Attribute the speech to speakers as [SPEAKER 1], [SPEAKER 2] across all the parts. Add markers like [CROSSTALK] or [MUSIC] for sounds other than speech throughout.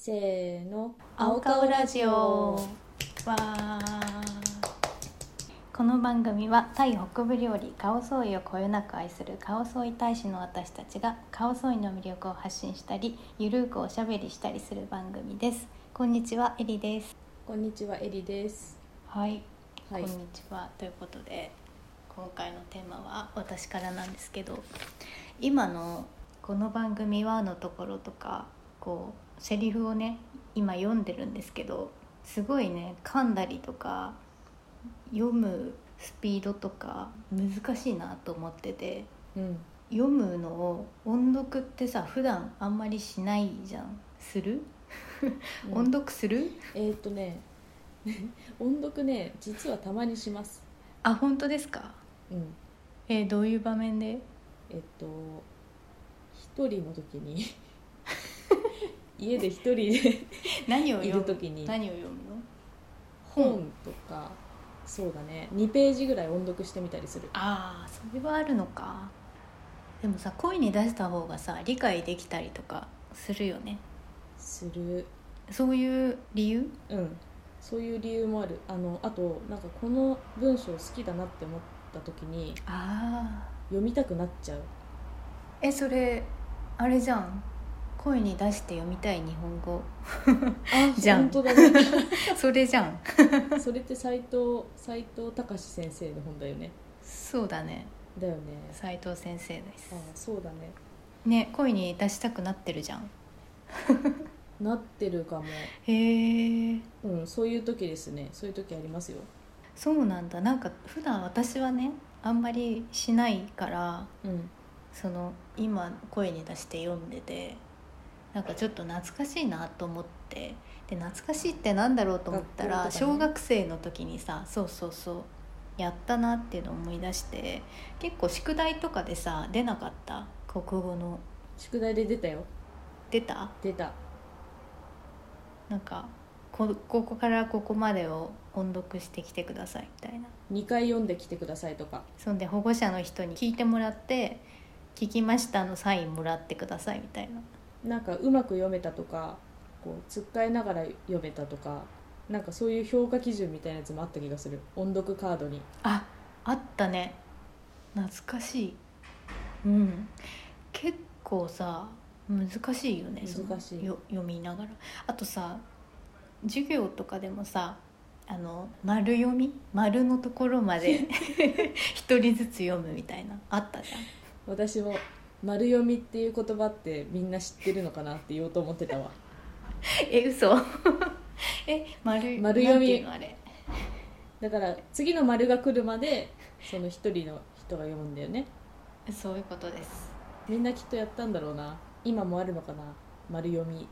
[SPEAKER 1] せーの
[SPEAKER 2] 青顔ラジオわーこの番組はタイ北部料理カオソイをこよなく愛するカオソイ大使の私たちがカオソイの魅力を発信したりゆるーくおしゃべりしたりする番組ですこんにちはエリです
[SPEAKER 1] こんにちはエリです
[SPEAKER 2] はい、
[SPEAKER 1] はい
[SPEAKER 2] こんにちはということで今回のテーマは私からなんですけど今のこの番組はのところとかこうセリフをね今読んでるんですけどすごいね噛んだりとか読むスピードとか難しいなと思ってて
[SPEAKER 1] うん
[SPEAKER 2] 読むのを音読ってさ普段あんまりしないじゃんする、
[SPEAKER 1] うん
[SPEAKER 2] 音読する
[SPEAKER 1] えーっとね [LAUGHS] 音読ね実はたまにします
[SPEAKER 2] あ本当ですか
[SPEAKER 1] うん
[SPEAKER 2] えーどういう場面で
[SPEAKER 1] えっと一人の時
[SPEAKER 2] [LAUGHS]
[SPEAKER 1] に家で一人で
[SPEAKER 2] 何を
[SPEAKER 1] い
[SPEAKER 2] 読
[SPEAKER 1] る
[SPEAKER 2] む
[SPEAKER 1] 時に
[SPEAKER 2] 何を読むの
[SPEAKER 1] 本とかそうだね2ページぐらい音読してみたりする
[SPEAKER 2] ああそれはあるのかでもさ声に出した方がさ理解できたりとかするよね
[SPEAKER 1] する
[SPEAKER 2] そういう理由
[SPEAKER 1] うんそういう理由もあるあのあとなんかこの文章好きだなって思った時に
[SPEAKER 2] ああ
[SPEAKER 1] 読みたくなっちゃう
[SPEAKER 2] えそれあれじゃん声に出して読みたい日本語
[SPEAKER 1] あ
[SPEAKER 2] じゃん
[SPEAKER 1] 本当だね
[SPEAKER 2] それじゃん
[SPEAKER 1] [LAUGHS] それって斎藤斎藤隆先生の本だよね
[SPEAKER 2] そうだね
[SPEAKER 1] だよね
[SPEAKER 2] 斉藤先生です
[SPEAKER 1] あそうだね
[SPEAKER 2] ね声に出したくなってるじゃん
[SPEAKER 1] なってるかも
[SPEAKER 2] へえ
[SPEAKER 1] うんそういう時ですねそういう時ありますよ
[SPEAKER 2] そうなんだなんか普段私はねあんまりしないから
[SPEAKER 1] うん
[SPEAKER 2] その今声に出して読んでてなんかちょっと懐かしいなと思ってで懐かしいってなんだろうと思った
[SPEAKER 1] 学
[SPEAKER 2] ら、
[SPEAKER 1] 校とかね
[SPEAKER 2] 小学生の時にさそうそうそうやったなっていうのを思い出して結構宿題とかでさ出なかった国語の
[SPEAKER 1] 宿題で出たよ
[SPEAKER 2] 出た
[SPEAKER 1] 出た
[SPEAKER 2] なんかこここからここまでを音読してきてくださいみたいな
[SPEAKER 1] 2回読んできてくださいとか
[SPEAKER 2] そんで保護者の人に聞いてもらって「聞きました」のサインもらってくださいみたいな
[SPEAKER 1] なんかうまく読めたとかこうつっかえながら読めたとかなんかそういう評価基準みたいなやつもあった気がする音読カードに
[SPEAKER 2] ああったね懐かしいうん結構さ難しいよねその
[SPEAKER 1] 難しい
[SPEAKER 2] よ読みながらあとさ授業とかでもさあの丸読み丸のところまで
[SPEAKER 1] [LAUGHS]
[SPEAKER 2] 一人ずつ読むみたいなあったじゃん
[SPEAKER 1] 私も「丸読み」っていう言葉ってみんな知ってるのかなって言おうと思ってたわ
[SPEAKER 2] え嘘 [LAUGHS] え丸
[SPEAKER 1] 丸読み
[SPEAKER 2] なんていうのあれ
[SPEAKER 1] だから次の丸が来るまでその一人の人が読むんだよね
[SPEAKER 2] そういうことです
[SPEAKER 1] みんなきっとやったんだろうな今もあるのかな丸読み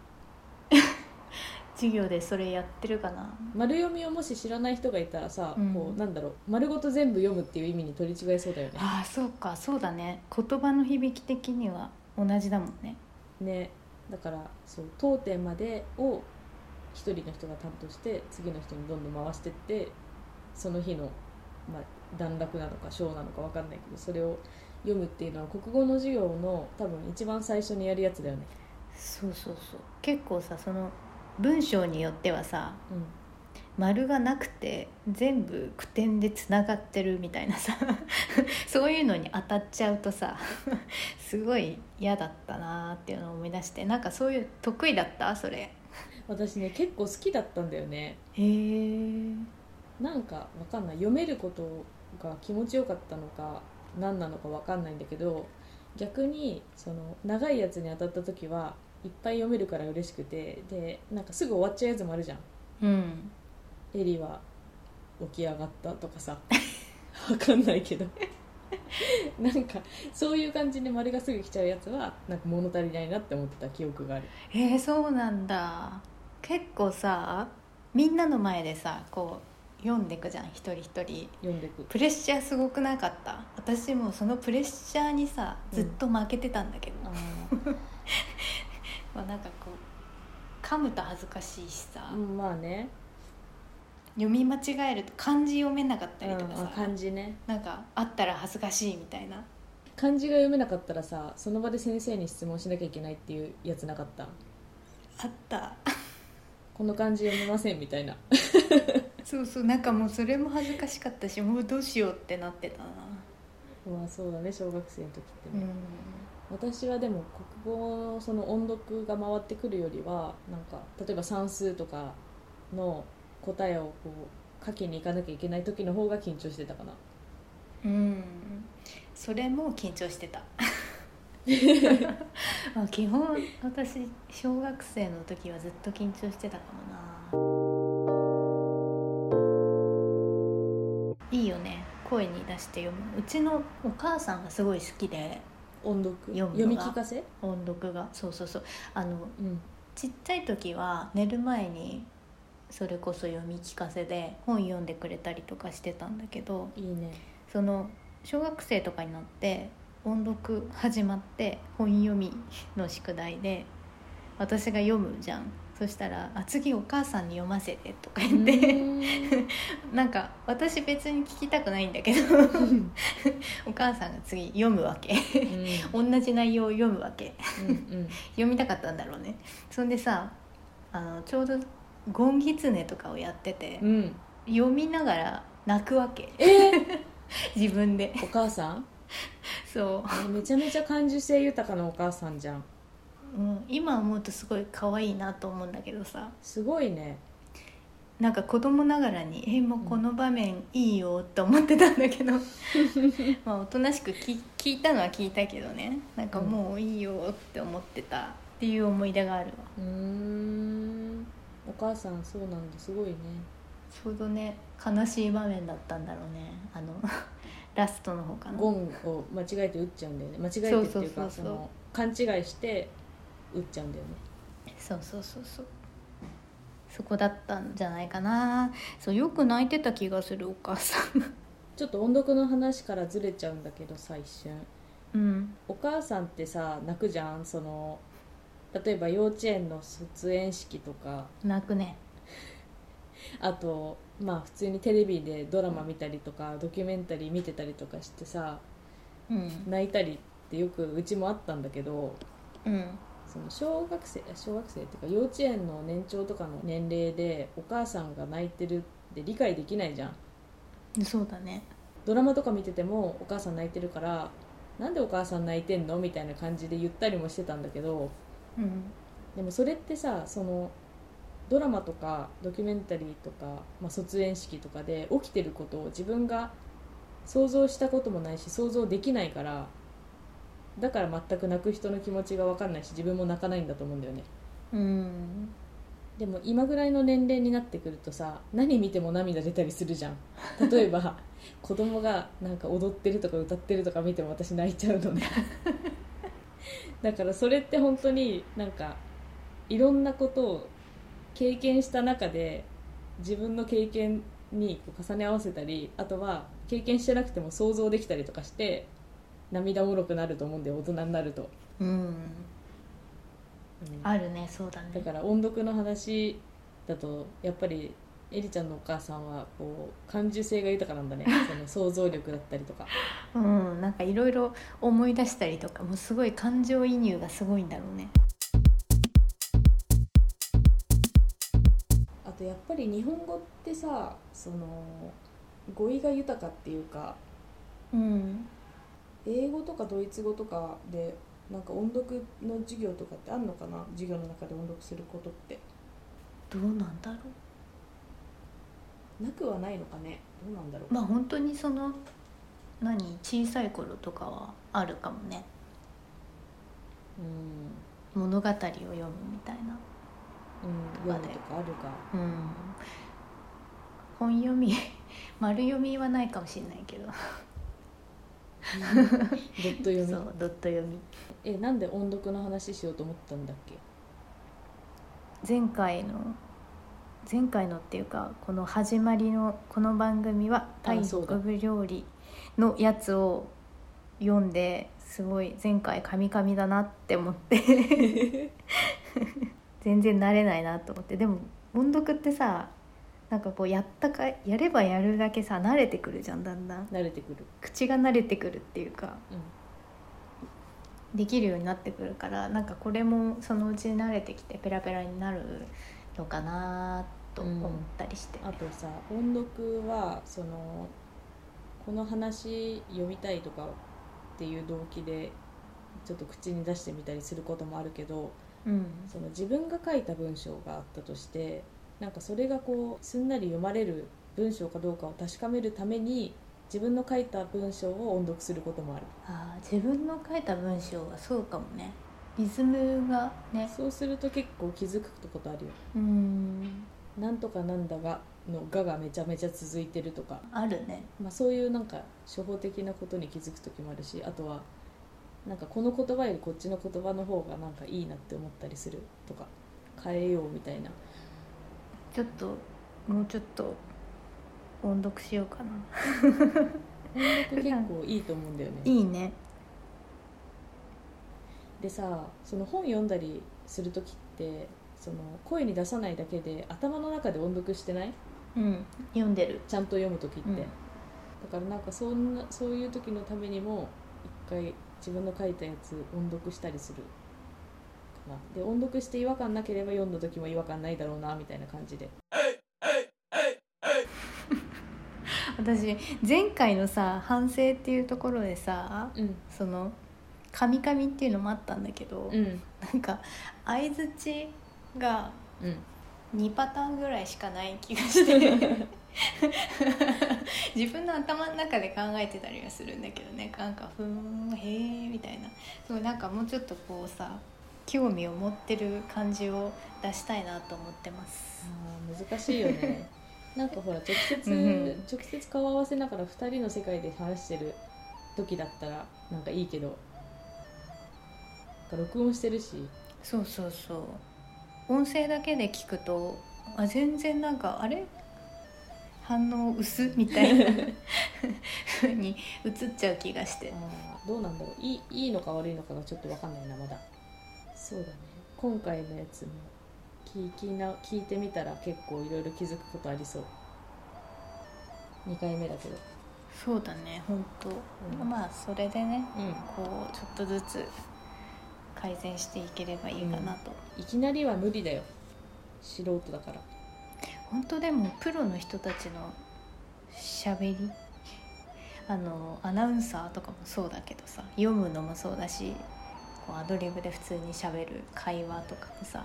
[SPEAKER 2] 授業でそれやってるかな
[SPEAKER 1] 丸読みをもし知らない人がいたらさ、
[SPEAKER 2] うん
[SPEAKER 1] こうなんだろう丸ごと全部読むっていう意味に取り違えそうだよね
[SPEAKER 2] ああそうかそうだね言葉の響き的には同じだもんね
[SPEAKER 1] ねだからそう当店までを一人の人が担当して次の人にどんどん回してってその日の、まあ、段落なのか章なのか分かんないけどそれを読むっていうのは国語の授業の多分一番最初にやるやつだよね。
[SPEAKER 2] そうそうそう結構さその文章によってはさ
[SPEAKER 1] うん
[SPEAKER 2] 丸がなくて全部句点でつながってるみたいなさ [LAUGHS] そういうのに当たっちゃうとさ [LAUGHS] すごい嫌だったなーっていうのを思い出してなんかそういう得意だったそれ
[SPEAKER 1] 私ね結構好きだったんだよね
[SPEAKER 2] へえ
[SPEAKER 1] なんかわかんない読めることが気持ちよかったのか何なのかわかんないんだけど逆にその長いやつに当たった時はいっぱい読めるから嬉しくてでなんかすぐ終わっちゃうやつもあるじゃん
[SPEAKER 2] うん
[SPEAKER 1] エリは起き上がったとか [LAUGHS] さわかんないけどなんかそういう感じで丸がすぐ来ちゃうやつはなんか物足りないなって思ってた記憶がある
[SPEAKER 2] えー、そうなんだ結構さみんなの前でさこう読んでくじゃん一人一人
[SPEAKER 1] 読んでく
[SPEAKER 2] プレッシャーすごくなかった私もうそのプレッシャーにさ
[SPEAKER 1] うん
[SPEAKER 2] ずっと負けてたんだけど、
[SPEAKER 1] [LAUGHS] あ
[SPEAKER 2] まあ、なんかこう噛むと恥ずかしいしさ、
[SPEAKER 1] ーまあね、
[SPEAKER 2] 読み間違えると漢字読めなかっ
[SPEAKER 1] う
[SPEAKER 2] たりとか
[SPEAKER 1] ん、
[SPEAKER 2] さ、
[SPEAKER 1] 漢字ね
[SPEAKER 2] なんかあったら恥ずかしいみたいな
[SPEAKER 1] 漢字が読めなかったらさその場で先生に質問しなきゃいけないっていうやつなかった
[SPEAKER 2] あった
[SPEAKER 1] この漢字読めませんみたいな
[SPEAKER 2] そうそうなんかもうそれも恥ずかしかったしもうどうしようってなってたな
[SPEAKER 1] [LAUGHS] まあそうだね小学生の時って
[SPEAKER 2] う
[SPEAKER 1] ね、
[SPEAKER 2] ん
[SPEAKER 1] 私はでも国語のその音読が回ってくるよりはなんか例えば算数とかの答えをこう書きに行かなきゃいけない時の方が緊張してたかな
[SPEAKER 2] うんそれも緊張してた [LAUGHS] まあ基本私小学生の時はずっと緊張してたかもないいよね声に出して読むうちのお母さんがすごい好きで
[SPEAKER 1] 音読
[SPEAKER 2] 読むの
[SPEAKER 1] み
[SPEAKER 2] が
[SPEAKER 1] 聞かせ、
[SPEAKER 2] 音読がそうそうそうあの
[SPEAKER 1] うん、
[SPEAKER 2] ちっちゃい時は寝る前にそれこそ読み聞かせで本読んでくれたりとかしてたんだけど
[SPEAKER 1] いいね
[SPEAKER 2] その小学生とかになって音読始まって本読みの宿題で私が読むじゃんそしたら「あ次お母さんに読ませて」とか言ってなんか私別に聞きたくないんだけど [LAUGHS] お母さんが次読むわけ
[SPEAKER 1] うんうん
[SPEAKER 2] 同じ内容を読むわけ
[SPEAKER 1] うん
[SPEAKER 2] 読みたかったんだろうねそんでさあのちょうど「ゴンギツネ」とかをやってて、
[SPEAKER 1] うんうん
[SPEAKER 2] 読みながら泣くわけ [LAUGHS] 自分で
[SPEAKER 1] お母さん [LAUGHS]
[SPEAKER 2] そ
[SPEAKER 1] えめちゃめちゃ感受性豊かなお母さんじゃん
[SPEAKER 2] う、うん、今思うとすごい可愛いなと思うんだけどさ
[SPEAKER 1] すごいね
[SPEAKER 2] なんか子供ながらに「えもうこの場面いいよ」って思ってたんだけ [LAUGHS] どまあおとなしく聞聞いたのは聞いたけどねなんかもういいよって思ってたっていう思い出があるわ
[SPEAKER 1] うーんお母さんそうなんだすごいね
[SPEAKER 2] ちょうどね悲しい場面だったんだろうねあ [LAUGHS] のラストの方かな
[SPEAKER 1] ゴンを間違えて打っちゃうんだよね間違えてっていう
[SPEAKER 2] そうそうそ
[SPEAKER 1] か
[SPEAKER 2] うそ
[SPEAKER 1] そうの勘違いして打っちゃうんだよね
[SPEAKER 2] そうそうそうそうそこだったんじゃないかなそうよく泣いてた気がするお母さ
[SPEAKER 1] ちょっと音読の話からずれちゃうんだけど最瞬
[SPEAKER 2] んうん
[SPEAKER 1] お母さんってさ泣くじゃんその例えば幼稚園の卒園式とか
[SPEAKER 2] 泣くね
[SPEAKER 1] あとまあ普通にテレビでドラマ見たりとか、ドキュメンタリー見てたりとかしてさ
[SPEAKER 2] うん
[SPEAKER 1] 泣いたりってよくうちもあったんだけど
[SPEAKER 2] うん
[SPEAKER 1] その小学生小学生っていうか幼稚園の年長とかの年齢でお母さんが泣いてるって理解できないじゃん
[SPEAKER 2] そうだね
[SPEAKER 1] ドラマとか見ててもお母さん泣いてるからなんでお母さん泣いてんのみたいな感じで言ったりもしてたんだけど
[SPEAKER 2] うん
[SPEAKER 1] でもそれってさそのドラマとかドキュメンタリーとか、まあ、卒園式とかで起きてることを自分が想像したこともないし想像できないからだから全く泣く人の気持ちが分かんないし自分も泣かないんだと思うんだよね
[SPEAKER 2] うん
[SPEAKER 1] でも今ぐらいの年齢になってくるとさ何見ても涙出たりするじゃん例え [LAUGHS] ば子供がなんか踊ってるとか歌ってるとか見ても私泣いちゃうのねだからそれって本当になんかいろんなことを経験した中で自分の経験にこう重ね合わせたりあとは経験してなくても想像できたりとかして涙もろくなると思うんで大人になると、
[SPEAKER 2] うん
[SPEAKER 1] うん
[SPEAKER 2] あるねそうだね
[SPEAKER 1] だから音読の話だとやっぱりエリちゃんのお母さんはこう感受性が豊かなん [LAUGHS] だねその想像力だったりとか
[SPEAKER 2] うんなんかいろいろ思い出したりとかもうすごい感情移入がすごいんだろうね
[SPEAKER 1] あとやっぱり日本語ってさその語彙が豊かっていうか
[SPEAKER 2] うん
[SPEAKER 1] 英語とかドイツ語とかでなんか音読の授業とかってあんのかな授業の中で音読することって
[SPEAKER 2] どうなんだろ
[SPEAKER 1] なくはないのかねどうなんだろう、
[SPEAKER 2] うまあ本当にその何小さい頃とかはあるかもね
[SPEAKER 1] うん
[SPEAKER 2] 物語を読むみたいな
[SPEAKER 1] うん、読むとかあるか
[SPEAKER 2] うん本読み [LAUGHS] 丸読みはないかもしれないけど
[SPEAKER 1] ドット読み
[SPEAKER 2] そうドット読み
[SPEAKER 1] えなんで音読の話しようと思ったんだっけ
[SPEAKER 2] 前回の前回のっていうかこの始まりのこの番組はタイ
[SPEAKER 1] そうだ
[SPEAKER 2] 北部料理のやつを読んですごい前回カミカミだなって思って
[SPEAKER 1] [LAUGHS]
[SPEAKER 2] 全然慣れないなと思ってでも音読ってさなんかこうやったかやればやるだけさ慣れてくるじゃんだんだん
[SPEAKER 1] 慣れてくる
[SPEAKER 2] 口が慣れてくるっていうか
[SPEAKER 1] うん
[SPEAKER 2] できるようになってくるからなんかこれもそのうち慣れてきてペラペラになるのかなと思ったりして、
[SPEAKER 1] あとさ音読はそのこの話読みたいとかっていう動機でちょっと口に出してみたりすることもあるけど
[SPEAKER 2] うん
[SPEAKER 1] その自分が書いた文章があったとしてなんかそれがこうすんなり読まれる文章かどうかを確かめるために自分の書いた文章を音読することもある
[SPEAKER 2] あー自分の書いた文章はそうかもねリズムがね
[SPEAKER 1] そうすると結構気づくことあるよ
[SPEAKER 2] うん
[SPEAKER 1] 「なんとかなんだが」の「が」がめちゃめちゃ続いてるとか
[SPEAKER 2] あるね
[SPEAKER 1] まあ、そういうなんか初歩的なことに気づく時もあるしあとはなんかこの言葉よりこっちの言葉の方がなんかいいなって思ったりするとか変えようみたいな
[SPEAKER 2] ちょっともうちょっと音読しようかな
[SPEAKER 1] 音読結構いいと思うんだよね
[SPEAKER 2] いいね
[SPEAKER 1] でさその本読んだりする時ってその声に出さないだけで頭の中で音読してない
[SPEAKER 2] うん読んでる
[SPEAKER 1] ちゃんと読む時って、
[SPEAKER 2] うん
[SPEAKER 1] だからなんかそんなそういう時のためにも一回自分の書いたやつ音読したりするかなで音読して違和感なければ読んだ時も違和感ないだろうなみたいな感じで
[SPEAKER 2] 私前回のさ反省っていうところでさ
[SPEAKER 1] うん
[SPEAKER 2] その「カミカミ」っていうのもあったんだけど、
[SPEAKER 1] うん
[SPEAKER 2] なんか相づちが
[SPEAKER 1] うん
[SPEAKER 2] 2パターンぐらいしかない気がして [LAUGHS] 自分の頭の中で考えてたりはするんだけどねなんか「ふーんへえ」みたいなそうなんかもうちょっとこうさ興味を持ってる感じを出したいなと思ってます。
[SPEAKER 1] あー難しいよ [LAUGHS] ねなんかほら直接、
[SPEAKER 2] うん
[SPEAKER 1] 直接顔合わせながら2人の世界で話してる時だったらなんかいいけどなんか録音してるし
[SPEAKER 2] そうそうそう音声だけで聞くとあ全然なんかあれ反応薄みたい [LAUGHS] な風に映っちゃう気がして
[SPEAKER 1] あーどうなんだろういいいいのか悪いのかがちょっと分かんないなまだそうだね今回のやつも聞きな聞いてみたら結構いろいろ気づくことありそう2回目だけど
[SPEAKER 2] そうだね本当、
[SPEAKER 1] うん
[SPEAKER 2] まあそれでね
[SPEAKER 1] うん
[SPEAKER 2] こうちょっとずつ改善していければいいかなと、
[SPEAKER 1] いきなりは無理だよ素人だから
[SPEAKER 2] 本当でもプロの人たちのしゃべりあのアナウンサーとかもそうだけどさ読むのもそうだしこうアドリブで普通にしゃべる会話とかもさ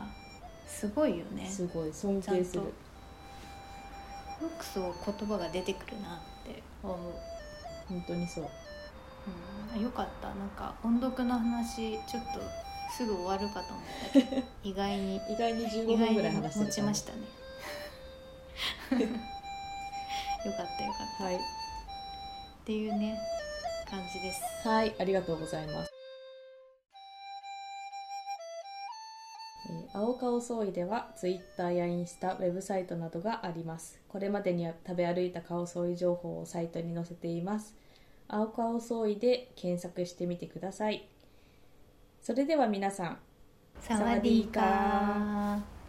[SPEAKER 2] すごいよね
[SPEAKER 1] すごい尊
[SPEAKER 2] ちゃん
[SPEAKER 1] 敬す
[SPEAKER 2] と
[SPEAKER 1] る
[SPEAKER 2] よくそう言葉が出てくるなって思う、
[SPEAKER 1] 本当にそう
[SPEAKER 2] うん、よかったなんか音読の話ちょっとすぐ終わるかと思ったけど意外に
[SPEAKER 1] [LAUGHS] 意外に15
[SPEAKER 2] 意外
[SPEAKER 1] 分
[SPEAKER 2] に
[SPEAKER 1] ぐらい話して
[SPEAKER 2] 持ちました
[SPEAKER 1] [LAUGHS]
[SPEAKER 2] たねよかったよかった
[SPEAKER 1] はい
[SPEAKER 2] っていうね感じです
[SPEAKER 1] はい、ありがとうございます。えー青顔総意ではツイッターやインスタ、ウェブサイトなどがあります。これまでに食べ歩いた顔総意情報をサイトに載せています。青顔総意で検索してみてください。それでは皆さん、
[SPEAKER 2] サ
[SPEAKER 1] ワディーカー